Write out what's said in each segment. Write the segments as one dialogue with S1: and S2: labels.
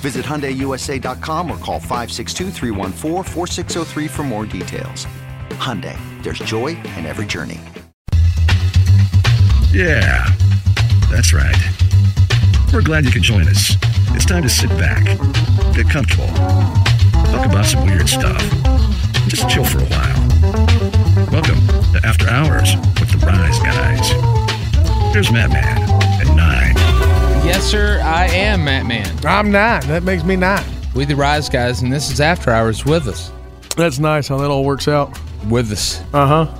S1: Visit HyundaiUSA.com or call 562-314-4603 for more details. Hyundai, there's joy in every journey.
S2: Yeah, that's right. We're glad you could join us. It's time to sit back, get comfortable, talk about some weird stuff, just chill for a while. Welcome to After Hours with the Rise Guys. Here's Madman at 9.
S3: Yes, sir, I am Matt Man.
S4: I'm nine. That makes me nine.
S3: We the Rise Guys, and this is After Hours with us.
S4: That's nice how that all works out.
S3: With us.
S4: Uh huh.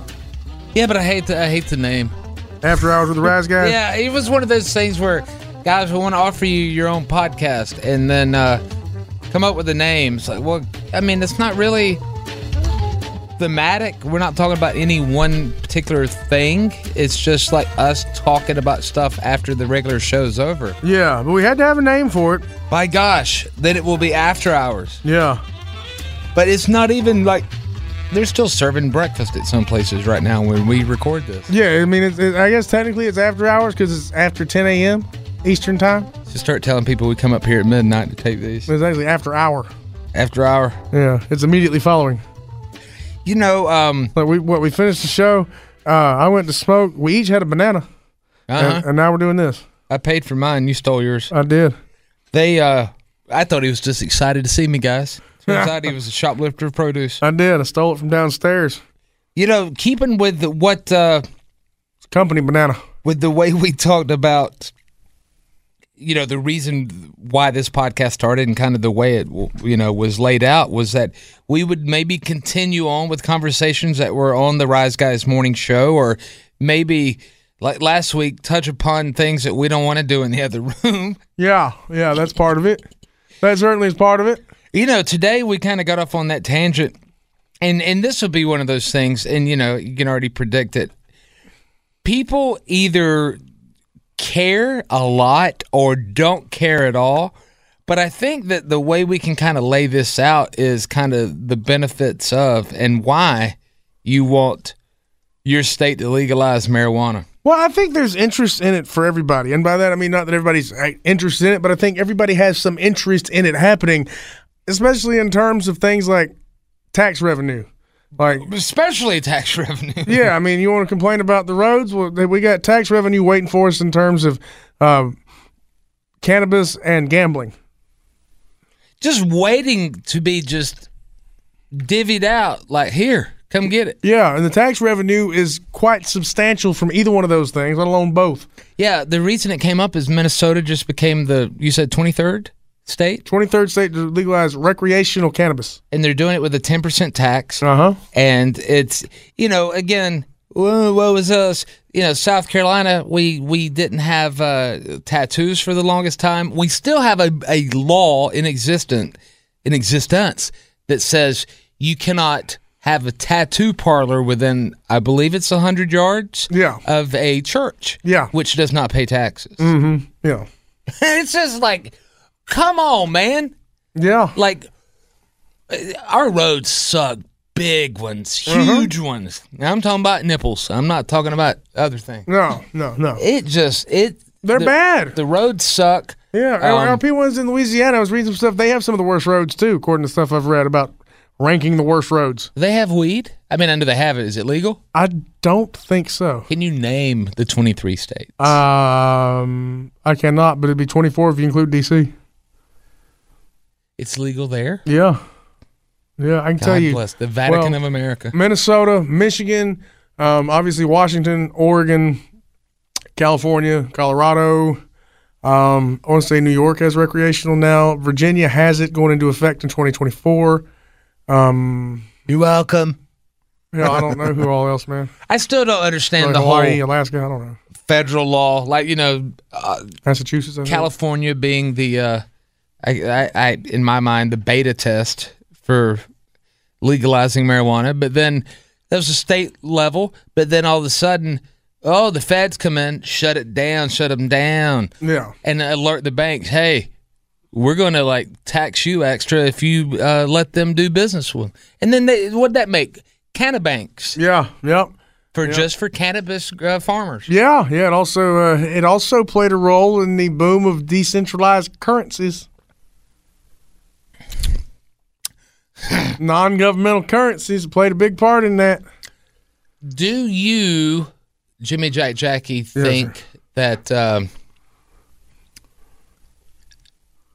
S3: Yeah, but I hate the I hate the name.
S4: After hours with the Rise guys.
S3: Yeah, it was one of those things where guys we want to offer you your own podcast and then uh come up with a name. It's like, well, I mean, it's not really thematic. We're not talking about any one particular thing. It's just like us talking about stuff after the regular show's over.
S4: Yeah, but we had to have a name for it.
S3: My gosh, then it will be after hours.
S4: Yeah.
S3: But it's not even like they're still serving breakfast at some places right now when we record this.
S4: Yeah, I mean, it's it, I guess technically it's after hours because it's after 10 a.m. Eastern time.
S3: Just start telling people we come up here at midnight to take these
S4: But It's actually after hour.
S3: after hour.
S4: Yeah, it's immediately following.
S3: You know, um,
S4: Like we, what we finished the show. Uh, I went to smoke. We each had a banana,
S3: uh-huh.
S4: and, and now we're doing this.
S3: I paid for mine. You stole yours.
S4: I did.
S3: They, uh, I thought he was just excited to see me, guys. Turns out he was a shoplifter of produce.
S4: I did. I stole it from downstairs.
S3: You know, keeping with the, what, uh,
S4: Company banana.
S3: with the way we talked about you know the reason why this podcast started and kind of the way it you know was laid out was that we would maybe continue on with conversations that were on the rise guys morning show or maybe like last week touch upon things that we don't want to do in the other room
S4: Yeah, yeah, that's part of it. That certainly is part of it.
S3: you know today we kind of got off on that tangent and and this will be one of those things and you know you can already predict it people either care a lot or don't care at all but i think that the way we can kind of lay this out is kind of the benefits of and why you want your state to legalize marijuana
S4: Well, I think there's interest in it for everybody. And by that, I mean not that everybody's like, interested in it, but I think everybody has some interest in it happening, especially in terms of things like tax revenue. Like,
S3: especially tax revenue
S4: yeah, I mean, you want to complain about the roads? Well, they- we got tax revenue waiting for us in terms of um, cannabis and gambling.
S3: just waiting to be just divvied out like here come get it
S4: Yeah, and the tax revenue is quite substantial from either one of those things, let alone both.
S3: Yeah, the reason it came up is Minnesota just became the you said 23rd state
S4: 23rd state to legalize recreational cannabis.
S3: and they're doing it with a 10% tax
S4: Uh huh.
S3: and it's you know again whoa, what was us you know South Carolina we we didn't have uh, tattoos for the longest time we still have a, a law in existent in existence that says you cannot have a tattoo parlor within I believe it's 100 yards
S4: Yeah.
S3: of a church
S4: Yeah.
S3: which does not pay taxes
S4: Yeah.
S3: it's just like, come on, man.
S4: Yeah.
S3: Like, uh, our roads suck. Big ones,
S4: Mm-hmm.
S3: huge ones. Now, I'm talking about nipples. I'm not talking about other things.
S4: No, no, no.
S3: It just, it.
S4: They're
S3: the-
S4: bad.
S3: The roads suck.
S4: Yeah,
S3: Um,
S4: our RP ones in Louisiana. I was reading some stuff. They have some of the worst roads too, according to stuff I've read about ranking the worst roads.
S3: They have weed. I mean, I know they have it. Is it legal?
S4: I don't think so.
S3: Can you name the 23 states?
S4: Um, I cannot, but it'd be 24 if you include DC.
S3: It's legal there.
S4: Yeah. Yeah, I can tell
S3: God
S4: you.
S3: bless the Vatican of
S4: Well,
S3: America.
S4: Minnesota, Michigan, um, obviously Washington, Oregon, California, Colorado. Um, I want to say New York has recreational now. Virginia has it going into effect in 2024. Um,
S5: You're welcome.
S4: you know, I don't know who all else, man.
S3: I still don't understand
S4: Like
S3: the
S4: Hawaii,
S3: whole
S4: Alaska, I don't know.
S3: federal law, like you know, uh,
S4: Massachusetts, I think.
S3: California being the, uh, I, I, I, in my mind, the beta test for legalizing marijuana. But then that was a state level. But then all of a sudden, oh, the feds come in, shut it down, shut them down,
S4: Yeah.
S3: and alert the banks, hey, we're going to like tax you extra if you uh, let them do business with. And then they, what'd that make? Canna banks
S4: Yeah. Yep.
S3: for just for cannabis uh, farmers.
S4: Yeah. Yeah. It also uh, it also played a role in the boom of decentralized currencies, non-governmental currencies played a big part in that.
S3: Do you, Jimmy Jack Jackie, think that? Um,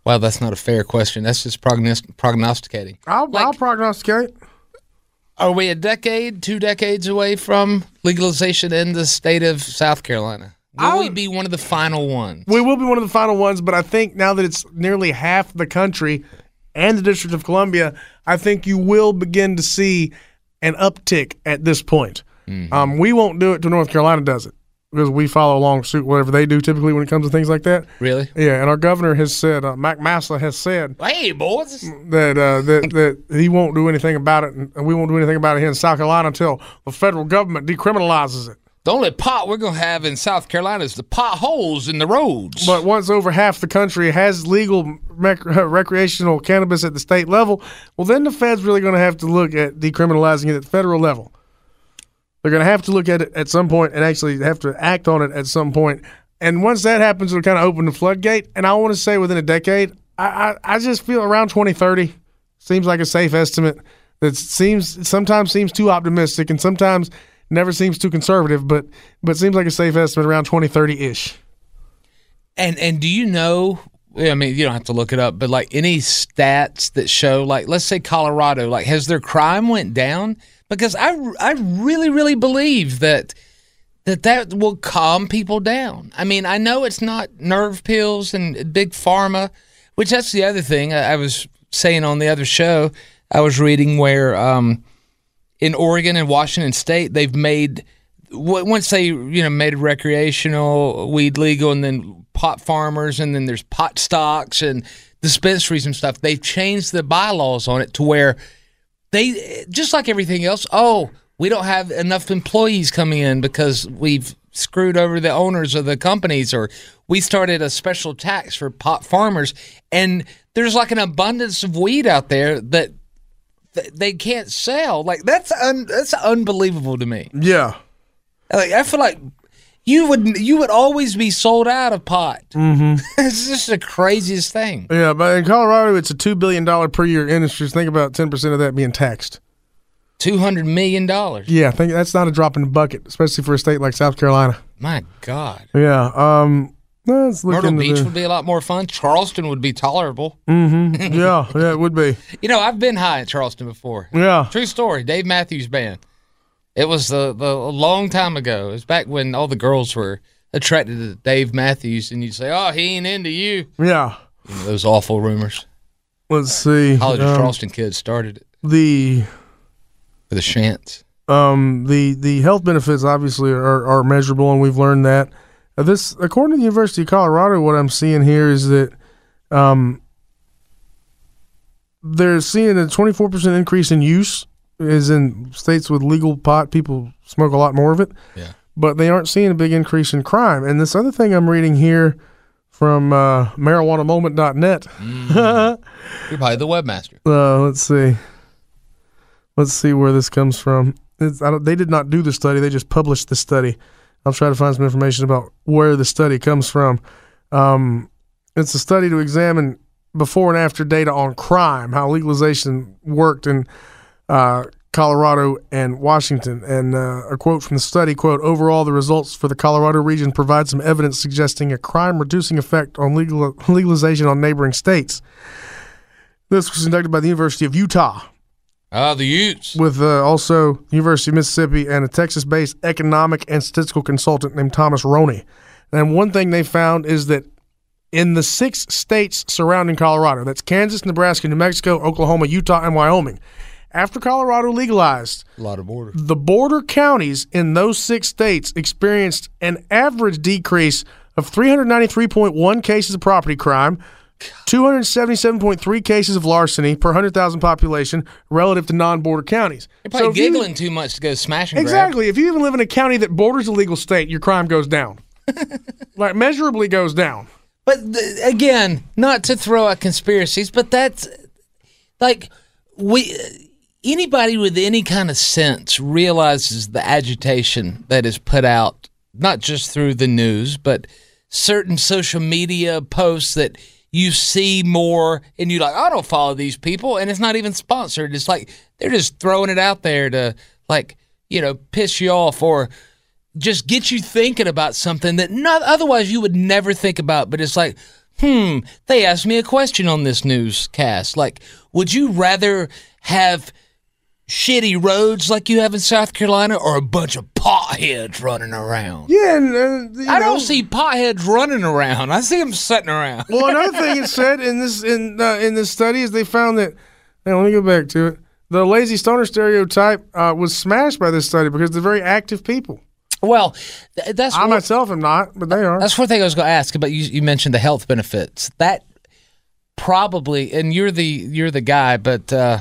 S3: well, that's not a fair question. That's just prognos- prognosticating.
S4: I'll, I'll prognosticate.
S3: Are we a decade, two decades away from legalization in the state of South Carolina? Will we be one of the final ones?
S4: We will be one of the final ones, but I think now that it's nearly half the country and the District of Columbia, I think you will begin to see an uptick at this point. Um, we won't do it till North Carolina does it because we follow along suit whatever they do typically when it comes to things like that.
S3: Really?
S4: Yeah, and our governor has said, uh, Mac Massa has said
S3: Hey, boys.
S4: that uh, that that he won't do anything about it, and we won't do anything about it here in South Carolina until the federal government decriminalizes it.
S3: The only pot we're going to have in South Carolina is the potholes in the roads.
S4: But once over half the country has legal rec- recreational cannabis at the state level, well, then the Fed's really going to have to look at decriminalizing it at the federal level. They're going to have to look at it at some point and actually have to act on it at some point. And once that happens, it'll kind of open the floodgate. And I want to say within a decade, I, I, I just feel around 2030 seems like a safe estimate. That seems sometimes seems too optimistic and sometimes never seems too conservative, but but seems like a safe estimate around 2030 ish.
S3: And and do you know? I mean, you don't have to look it up, but like any stats that show, like let's say Colorado, like has their crime went down? Because I I really really believe that that that will calm people down. I mean, I know it's not nerve pills and big pharma, which that's the other thing I, I was saying on the other show. I was reading where um, in Oregon and Washington State they've made w- once they you know made recreational weed legal and then pot farmers and then there's pot stocks and dispensaries and stuff. They've changed the bylaws on it to where they just like everything else. Oh, we don't have enough employees coming in because we've screwed over the owners of the companies, or we started a special tax for pot farmers, and there's like an abundance of weed out there that th- they can't sell. Like that's un- that's unbelievable to me.
S4: Yeah.
S3: Like I feel like you would you would always be sold out of pot. Mm-hmm. it's just the craziest thing.
S4: Yeah, but in Colorado, it's a two billion dollar per year industry. Think about ten percent of that being taxed.
S3: Two hundred million dollars.
S4: Yeah, I think that's not a drop in the bucket, especially for a state like South Carolina.
S3: My God.
S4: Yeah. Um. Let's look
S3: Myrtle
S4: into
S3: Beach
S4: the-
S3: would be a lot more fun. Charleston would be tolerable.
S4: yeah, yeah, it would be.
S3: You know, I've been high at Charleston before.
S4: Yeah.
S3: True story. Dave Matthews Band. It was the, the a long time ago. It was back when all the girls were attracted to Dave Matthews, and you'd say, "Oh, he ain't into you."
S4: Yeah.
S3: You know, those awful rumors.
S4: Let's see.
S3: College of
S4: Um,
S3: Charleston kids started it
S4: the
S3: for the shants.
S4: um the the health benefits obviously are, are measurable, and we've learned that. Uh, this, according to the University of Colorado, what I'm seeing here is that um, they're seeing a 24% increase in use is in states with legal pot people smoke a lot more of it
S3: Yeah.
S4: but they aren't seeing a big increase in crime and this other thing i'm reading here from uh, marijuanamoment.net
S3: You're probably the webmaster.
S4: uh, let's see let's see where this comes from it's, I don't, they did not do the study they just published the study i'll try to find some information about where the study comes from um, it's a study to examine before and after data on crime how legalization worked in uh, Colorado and Washington. And uh, a quote from the study: "Quote: Overall, the results for the Colorado region provide some evidence suggesting a crime-reducing effect on legal legalization on neighboring states." This was conducted by the University of Utah
S3: Ah, the Utes.
S4: with uh, also University of Mississippi and a Texas-based economic and statistical consultant named Thomas Roney. And one thing they found is that in the six states surrounding Colorado, that's Kansas, Nebraska, New Mexico, Oklahoma, Utah, and Wyoming, after Colorado legalized,
S3: A lot of borders.
S4: the border counties in those six states experienced an average decrease of 393.1 cases of property crime, 277.3 cases of larceny per 100,000 population relative to non border counties.
S3: They're probably
S4: if you-
S3: giggling too much to go smash and grab.
S4: Exactly. If you even live in a county that borders a legal state, your crime goes down. like, measurably goes down.
S3: But th- again, not to throw out conspiracies, but that's like we anybody with any kind of sense realizes the agitation that is put out not just through the news, but certain social media posts that you see more and you like I don't follow these people and it's not even sponsored. It's like they're just throwing it out there to like, you know, piss you off or just get you thinking about something that not otherwise you would never think about. But it's like, hmm, they asked me a question on this newscast. Like, would you rather have shitty roads like you have in South Carolina or a bunch of potheads running around?
S4: Yeah, and, uh, you
S3: I
S4: know.
S3: don't see potheads running around. I see them sitting around.
S4: Well, another thing it said in this in uh, in this study is they found that. Now let me go back to it. The lazy stoner stereotype uh, was smashed by this study because they're very active people.
S3: Well, th- that's
S4: I
S3: what-
S4: myself am not, but they are.
S3: That's one thing I was going to ask about. You, you mentioned the health benefits. That probably, and you're the you're the guy, but uh,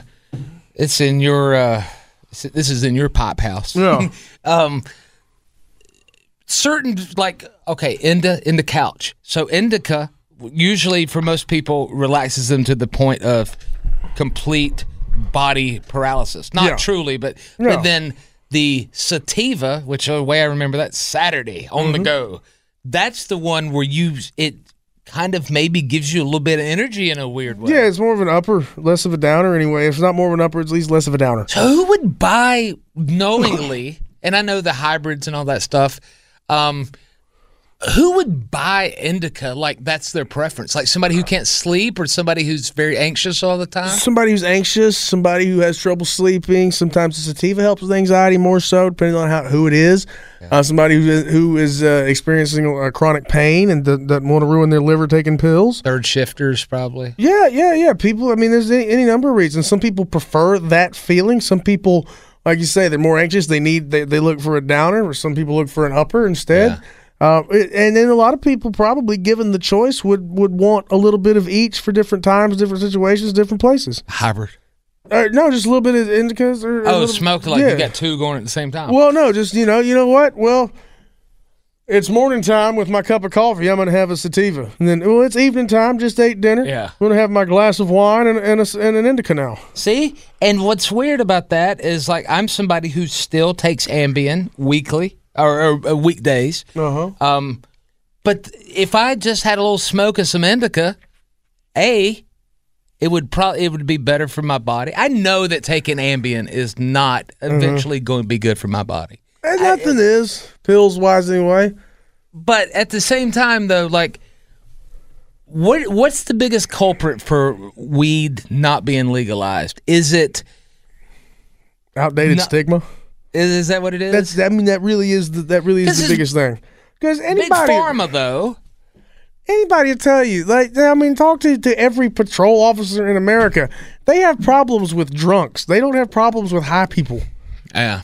S3: it's in your uh, s- this is in your pop house.
S4: yeah,
S3: Um, certain like okay, indica in the couch. So indica usually for most people relaxes them to the point of complete body paralysis. Not
S4: Yeah.
S3: truly, but
S4: Yeah.
S3: but then the sativa, which the way I remember that Saturday on
S4: Mm-hmm.
S3: the go. That's the one where you it kind of maybe gives you a little bit of energy in a weird way.
S4: yeah. It's more of an upper, less of a downer. Anyway, if it's not more of an upper, it's at least less of a downer.
S3: So who would buy knowingly? and I know the hybrids and all that stuff. Um, who would buy indica? Like that's their preference. Like somebody who can't sleep or somebody who's very anxious all the time.
S4: Somebody who's anxious, somebody who has trouble sleeping. Sometimes the sativa helps with anxiety more so, depending on how who it is. Uh, somebody who who is uh, experiencing uh, chronic pain and do- doesn't want to ruin their liver taking pills.
S3: Third shifters probably.
S4: Yeah, yeah, yeah. People, I mean, there's any, any number of reasons. Some people prefer that feeling. Some people, like you say, they're more anxious. They need, they, they look for a downer, or some people look for an upper instead. Uh, it- and then a lot of people, probably given the choice, would would want a little bit of each for different times, different situations, different places.
S3: Hybrid.
S4: Uh, no, just a little bit of indicas. Or, a
S3: Oh,
S4: little-
S3: smoke like
S4: yeah.
S3: you got two going at the same time.
S4: Well, no, just you know, you know what? Well, it's morning time with my cup of coffee. I'm gonna have a sativa, and then well, it's evening time. Just ate dinner.
S3: Yeah.
S4: I'm gonna have my glass of wine and and, a s and an indica now.
S3: See, and what's weird about that is like I'm somebody who still takes Ambien weekly or, or uh, weekdays.
S4: Uh huh.
S3: Um, but if I just had a little smoke of some indica, a, it would probably it would be better for my body. I know that taking Ambien is not eventually going to be good for my body,
S4: And nothing is pills wise anyway.
S3: but at the same time, though, like. What what's the biggest culprit for weed not being legalized? Is it
S4: Outdated
S3: No.
S4: stigma.
S3: is, is that what it is?
S4: That's I mean that really is the, that really
S3: This
S4: is the
S3: is-
S4: biggest thing. Because
S3: Big
S4: anybody
S3: pharma though.
S4: anybody will tell you like I mean talk to, to every patrol officer in America. They have problems with drunks. They don't have problems with high people.
S3: Yeah.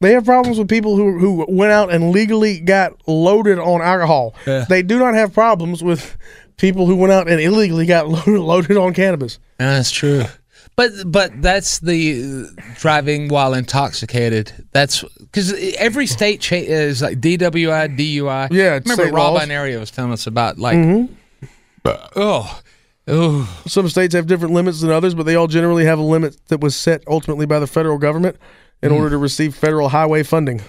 S4: They have problems with people who who went out and legally got loaded on alcohol.
S3: Yeah.
S4: They do not have problems with people who went out and illegally got loaded, loaded on cannabis.
S3: Yeah, That's true. But but that's the uh, driving while intoxicated. That's because every state cha- is like DWI, DUI.
S4: Yeah, it's
S3: remember
S4: state
S3: Rob
S4: laws. Mm-hmm.
S3: Binario was telling us about like, oh, oh,
S4: Some states have different limits than others, but they all generally have a limit that was set ultimately by the federal government in
S3: Hmm.
S4: order to receive federal highway funding.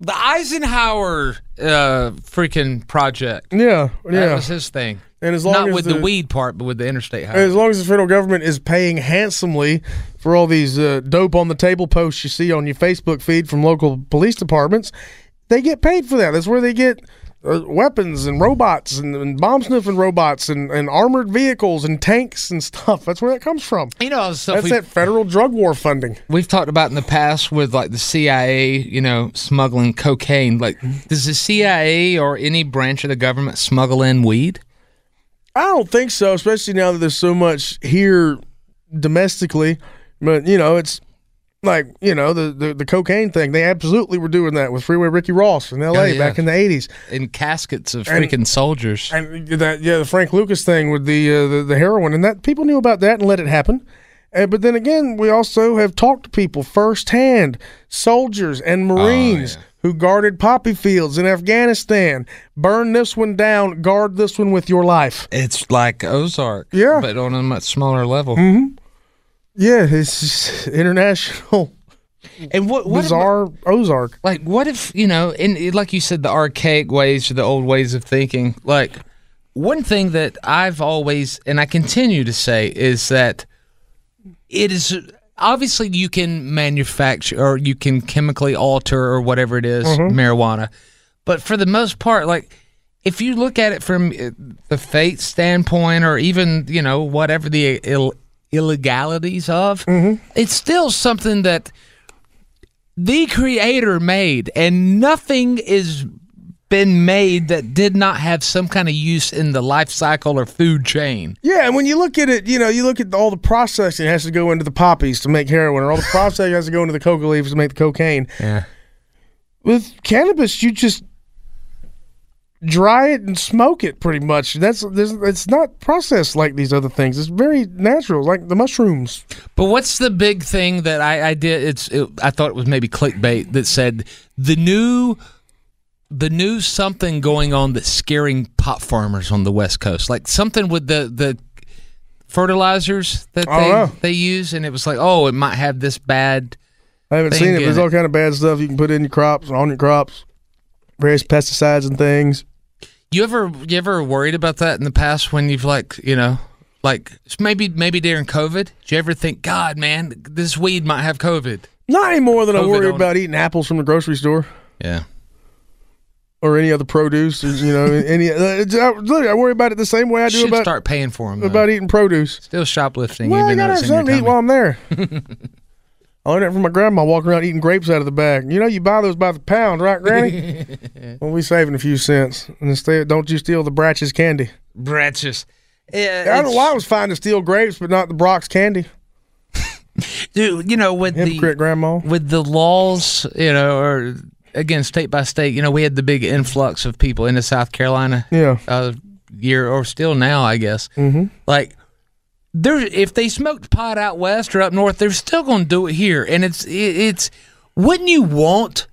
S3: the Eisenhower uh, freaking project.
S4: Yeah,
S3: That
S4: yeah.
S3: was his thing.
S4: And as long
S3: Not
S4: as
S3: with the, weed part, but with the interstate highway.
S4: as long as the federal government is paying handsomely for all these uh, dope on the table posts you see on your Facebook feed from local police departments, they get paid for that. That's where they get uh, weapons and robots and, and bomb sniffing robots and, and armored vehicles and tanks and stuff. That's where that comes from.
S3: You know, all the stuff
S4: That's
S3: we-
S4: that federal drug war funding.
S3: we've talked about in the past with like the CIA, you know, smuggling cocaine. Like, does the CIA or any branch of the government smuggle in weed?
S4: I don't think so, especially now that there's so much here domestically. But you know, it's like you know the the, the cocaine thing. They absolutely were doing that with Freeway Ricky Ross in L.A.
S3: Oh, yeah.
S4: back in the '80s,
S3: In caskets of
S4: And-
S3: freaking soldiers.
S4: and that yeah, the Frank Lucas thing with the uh, the, the heroin and that people knew about that and let it happen. Uh, but then again, we also have talked to people firsthand, soldiers and
S3: Oh,
S4: Marines who guarded poppy fields in Afghanistan. Burn this one down. Guard this one with your life.
S3: It's like Ozark,
S4: Yeah.
S3: but on a much smaller level.
S4: Yeah, it's just international.
S3: And what what about-
S4: bizarre Ozark.
S3: like what if you know in in- like you said the archaic ways or the old ways of thinking like one thing that i've always and i continue to say is that it is obviously you can manufacture or you can chemically alter or whatever it is, marijuana but for the most part like if you look at it from uh, the faith standpoint or even you know whatever the uh, Ill- illegalities of it's still something that the creator made and nothing is been made that did not have some kind of use in the life cycle or food chain
S4: Yeah, and when you look at it, you know, you look at all the processing that has to go into the poppies to make heroin, or all the processing that has to go into the coca leaves to make the cocaine.
S3: yeah
S4: With cannabis, you just dry it and smoke it pretty much. That's there's, it's not processed like these other things. It's very natural, like the mushrooms.
S3: But what's the big thing that I, I did? It's it, I thought it was maybe clickbait that said the new the new something going on that's scaring pot farmers on the West Coast, like something with the the fertilizers that
S4: I
S3: they
S4: don't know.
S3: they use, and it was like, oh, it might have this bad.
S4: I haven't
S3: Thing
S4: seen it. but
S3: in
S4: There's
S3: it.
S4: all kind of bad stuff you can put in your crops, on your crops, various pesticides and things.
S3: You ever you ever worried about that in the past when you've like you know. Like maybe maybe during COVID, did you ever think, God, man, this weed might have COVID?
S4: Not any more than I
S3: Covid
S4: worry
S3: on it.
S4: about eating apples from the grocery store.
S3: Yeah.
S4: or any other produce. or, You know, any. Uh, it's- I, look, I worry about it the same way I do
S3: Should
S4: about
S3: start uh, paying for them.
S4: about eating produce.
S3: Still shoplifting,
S4: well, I
S3: even though
S4: gotta
S3: it's
S4: have
S3: in your
S4: something to eat
S3: tummy.
S4: while I'm there. I learned that from my grandma walking around eating grapes out of the bag. You know, you buy those by the pound, right, Granny? well, we saving a few cents, and instead, don't you steal the Bratches candy?
S3: branches. eh,
S4: I don't know why it was fine to steal grapes, but not the Brock's candy.
S3: Dude, you know, with
S4: Hypocrite,
S3: the
S4: grandma.
S3: with the laws, you know, or again, state by state, you know, we had the big influx of people into South Carolina
S4: Yeah.
S3: a year or still now, I guess. Mm-hmm. Like, there, if they smoked pot out west or up north, they're still going to do it here, and it's it, it's wouldn't you want?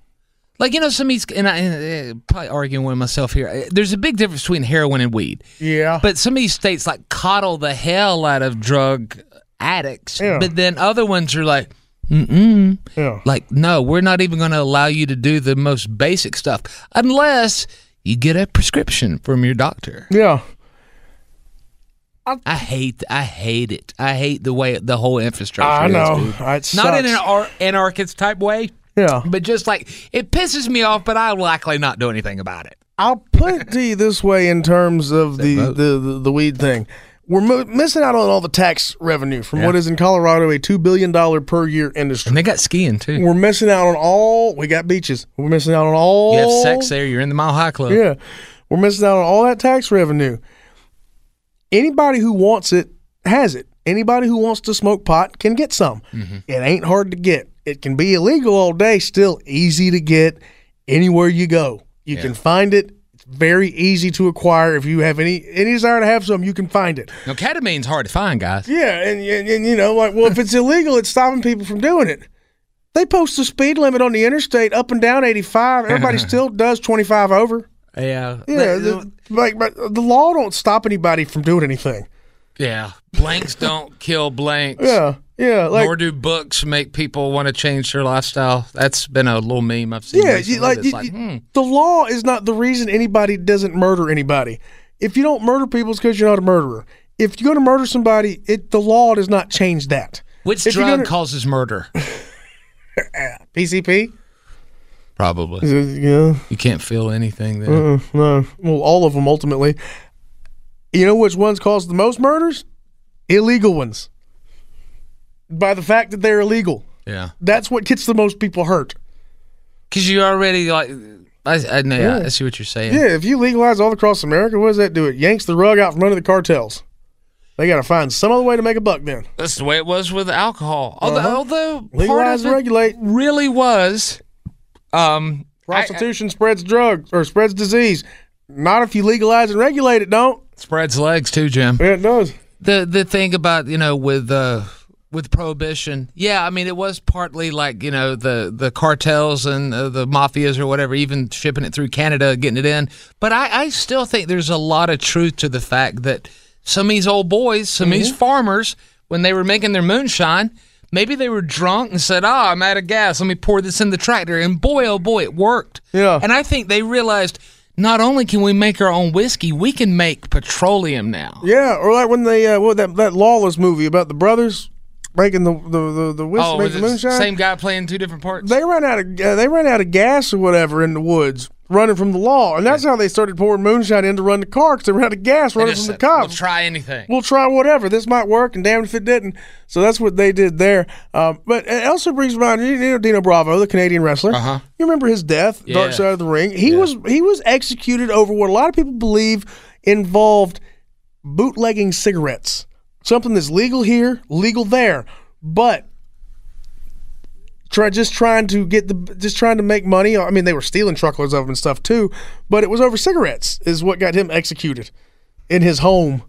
S3: Like you know, somebody's and I and, uh, probably arguing with myself here. Uh, There's a big difference between heroin and weed.
S4: Yeah.
S3: But some of these states like coddle the hell out of drug addicts,
S4: Yeah.
S3: but then other ones are like,
S4: yeah.
S3: like, no, we're not even going to allow you to do the most basic stuff unless you get a prescription from your doctor.
S4: Yeah.
S3: I hate, I hate it. I hate the way the whole infrastructure.
S4: I
S3: is,
S4: know.
S3: dude.
S4: It
S3: Not in
S4: sucks.
S3: an ar- anarchist type way,
S4: Yeah.
S3: but just like it pisses me off. But I'll likely not do anything about it.
S4: I'll put it to you this way in terms of the,
S3: vote.
S4: the, the, the weed thing. We're mo- missing out on all the tax revenue from what is in Colorado a $2 billion per year industry.
S3: And they got skiing too.
S4: We're missing out on all, we got beaches. We're missing out on all.
S3: You have sex there. You're in the Mile High Club.
S4: Yeah. We're missing out on all that tax revenue. Anybody who wants it has it. Anybody who wants to smoke pot can get some. It ain't hard to get. It can be illegal all day, still easy to get anywhere you go. You can find it. It's very easy to acquire. If you have any any desire to have some, you can find it.
S3: Now ketamine's hard to find, guys.
S4: Yeah, and, and, and you know, like, well, if it's illegal, it's stopping people from doing it. They post the speed limit on the interstate up and down 85. Everybody still does 25 over.
S3: Yeah.
S4: Yeah,
S3: They-
S4: the, like but the law don't stop anybody from doing anything.
S3: Yeah, blanks don't kill blanks.
S4: Yeah, yeah, like
S3: Nor do books make people want to change their lifestyle. That's been a little meme I've seen.
S4: yeah,
S3: recently
S4: you, like,
S3: that's
S4: you-
S3: like,
S4: you-
S3: hmm,
S4: the law is not the reason anybody doesn't murder anybody. If you don't murder people, it's because you're not a murderer. If you're going to murder somebody, it the law does not change that.
S3: which
S4: if you're
S3: drug
S4: gonna-
S3: causes murder?
S4: PCP.
S3: Probably.
S4: Yeah. Mm-hmm.
S3: You can't feel anything there.
S4: No. Well, all of them ultimately. You know which ones cause the most murders? Illegal ones. By the fact that they're illegal.
S3: Yeah.
S4: That's what gets the most people hurt.
S3: Because you already like. I, I know. I- I see what you're saying.
S4: Yeah, if you legalize all across America, what does that do? It yanks the rug out from under the cartels. They got to find some other way to make a buck then.
S3: That's the way it was with alcohol. Although, although part
S4: Uh-huh. Legalize
S3: of
S4: and
S3: it
S4: regulate.
S3: really was, um,
S4: Prostitution spreads drugs or spreads disease. Not if you legalize and regulate it, don't.
S3: spreads legs too, Jim.
S4: Yeah, it does.
S3: The the thing about you know with uh with prohibition, yeah, I mean it was partly like you know the the cartels and uh, the mafias or whatever, even shipping it through Canada, getting it in. But I I still think there's a lot of truth to the fact that some of these old boys, some of these farmers, when they were making their moonshine. Maybe they were drunk and said, "Ah, I'm out of gas. Let me pour this in the tractor." And boy, oh boy, it worked.
S4: Yeah.
S3: And I think they realized not only can we make our own whiskey, we can make petroleum now.
S4: Yeah, or like when they uh, what that that lawless movie about the brothers making the the the, the whiskey,
S3: Oh, was
S4: making
S3: it
S4: the moonshine.
S3: same guy playing two different parts?
S4: They ran out of uh, they ran out of gas or whatever in the woods running from the law, and that's how they started pouring moonshine in to run the car because they ran out of gas running from
S3: Just
S4: the
S3: said, "We'll
S4: cops.
S3: try anything.
S4: we'll try whatever. This might work, and damn if it didn't. So that's what they did there. Um, but it also brings to mind, you know, Dino Bravo, the Canadian wrestler.
S3: Uh-huh.
S4: You remember his death, Dark
S3: Yeah.
S4: Side of the Ring. He was he was executed over what a lot of people believe involved bootlegging cigarettes, something that's legal here, legal there, but. Try, just trying to get the just trying to make money. I mean, they were stealing truckloads of them and stuff too, but it was over cigarettes is what got him executed in his home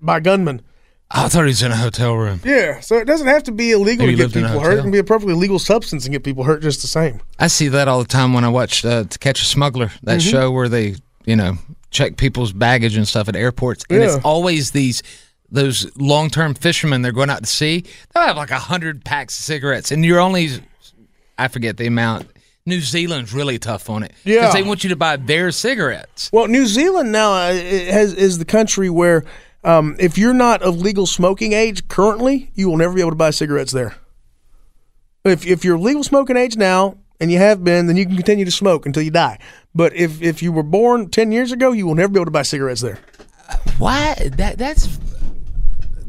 S4: by gunmen.
S3: I thought he was in a hotel room.
S4: Yeah, so it doesn't have to be illegal
S3: Maybe
S4: to get
S3: lived in a
S4: people hurt. It
S3: hotel.
S4: can be a perfectly legal substance and get people hurt just the same.
S3: I see that all the time when I watch uh, To Catch a Smuggler, that
S4: Mm-hmm.
S3: show where they, you know, check people's baggage and stuff at airports. And
S4: Yeah.
S3: it's always these those long term fishermen they're going out to sea. They'll have like a hundred packs of cigarettes, and you're only I forget the amount. New Zealand's really tough on it
S4: Yeah.
S3: they want you to buy their cigarettes.
S4: Well, New Zealand now uh, it has is the country where um, if you're not of legal smoking age currently, you will never be able to buy cigarettes there. If if you're legal smoking age now and you have been, then you can continue to smoke until you die. But if if you were born ten years ago, you will never be able to buy cigarettes there.
S3: Why that that's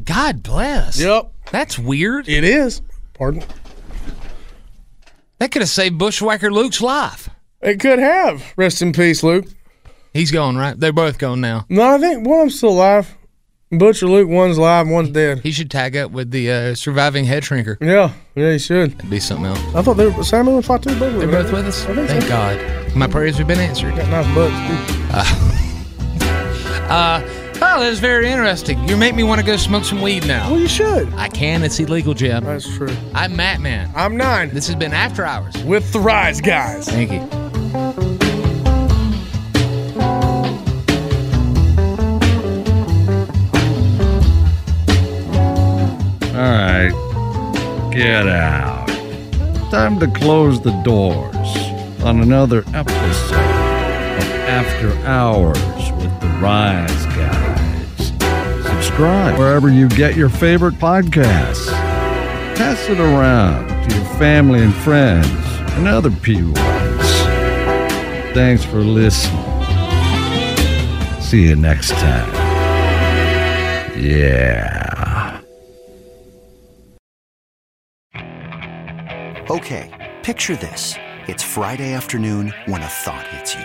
S3: God bless.
S4: Yep.
S3: That's weird.
S4: It is. Pardon.
S3: That could have saved Bushwhacker Luke's life.
S4: It could have. Rest in peace, Luke.
S3: He's gone, right? They're both gone now.
S4: No, I think one of them's still alive. Butcher Luke, one's alive, one's dead.
S3: He should tag up with the uh, surviving head shrinker.
S4: Yeah, yeah, he should.
S3: That'd be something else.
S4: I thought they were Samuel and Fatu both
S3: They're both with us. Thank God. My prayers have been answered.
S4: Got nice butts. Too.
S3: Oh, that's very interesting. You make me want to go smoke some weed now.
S4: Well, you should.
S3: I can. It's illegal, Jim.
S4: That's true.
S3: I'm Matt Man.
S4: I'm nine
S3: This has been After Hours.
S4: with the Rise guys.
S3: Thank you.
S2: All right. Get out. Time to close the doors on another episode of After Hours with the Rise Guys. Subscribe wherever you get your favorite podcasts. Pass it around to your family and friends and other P1s. Thanks for listening. See you next time. Yeah.
S1: Okay, picture this. It's Friday afternoon when a thought hits you.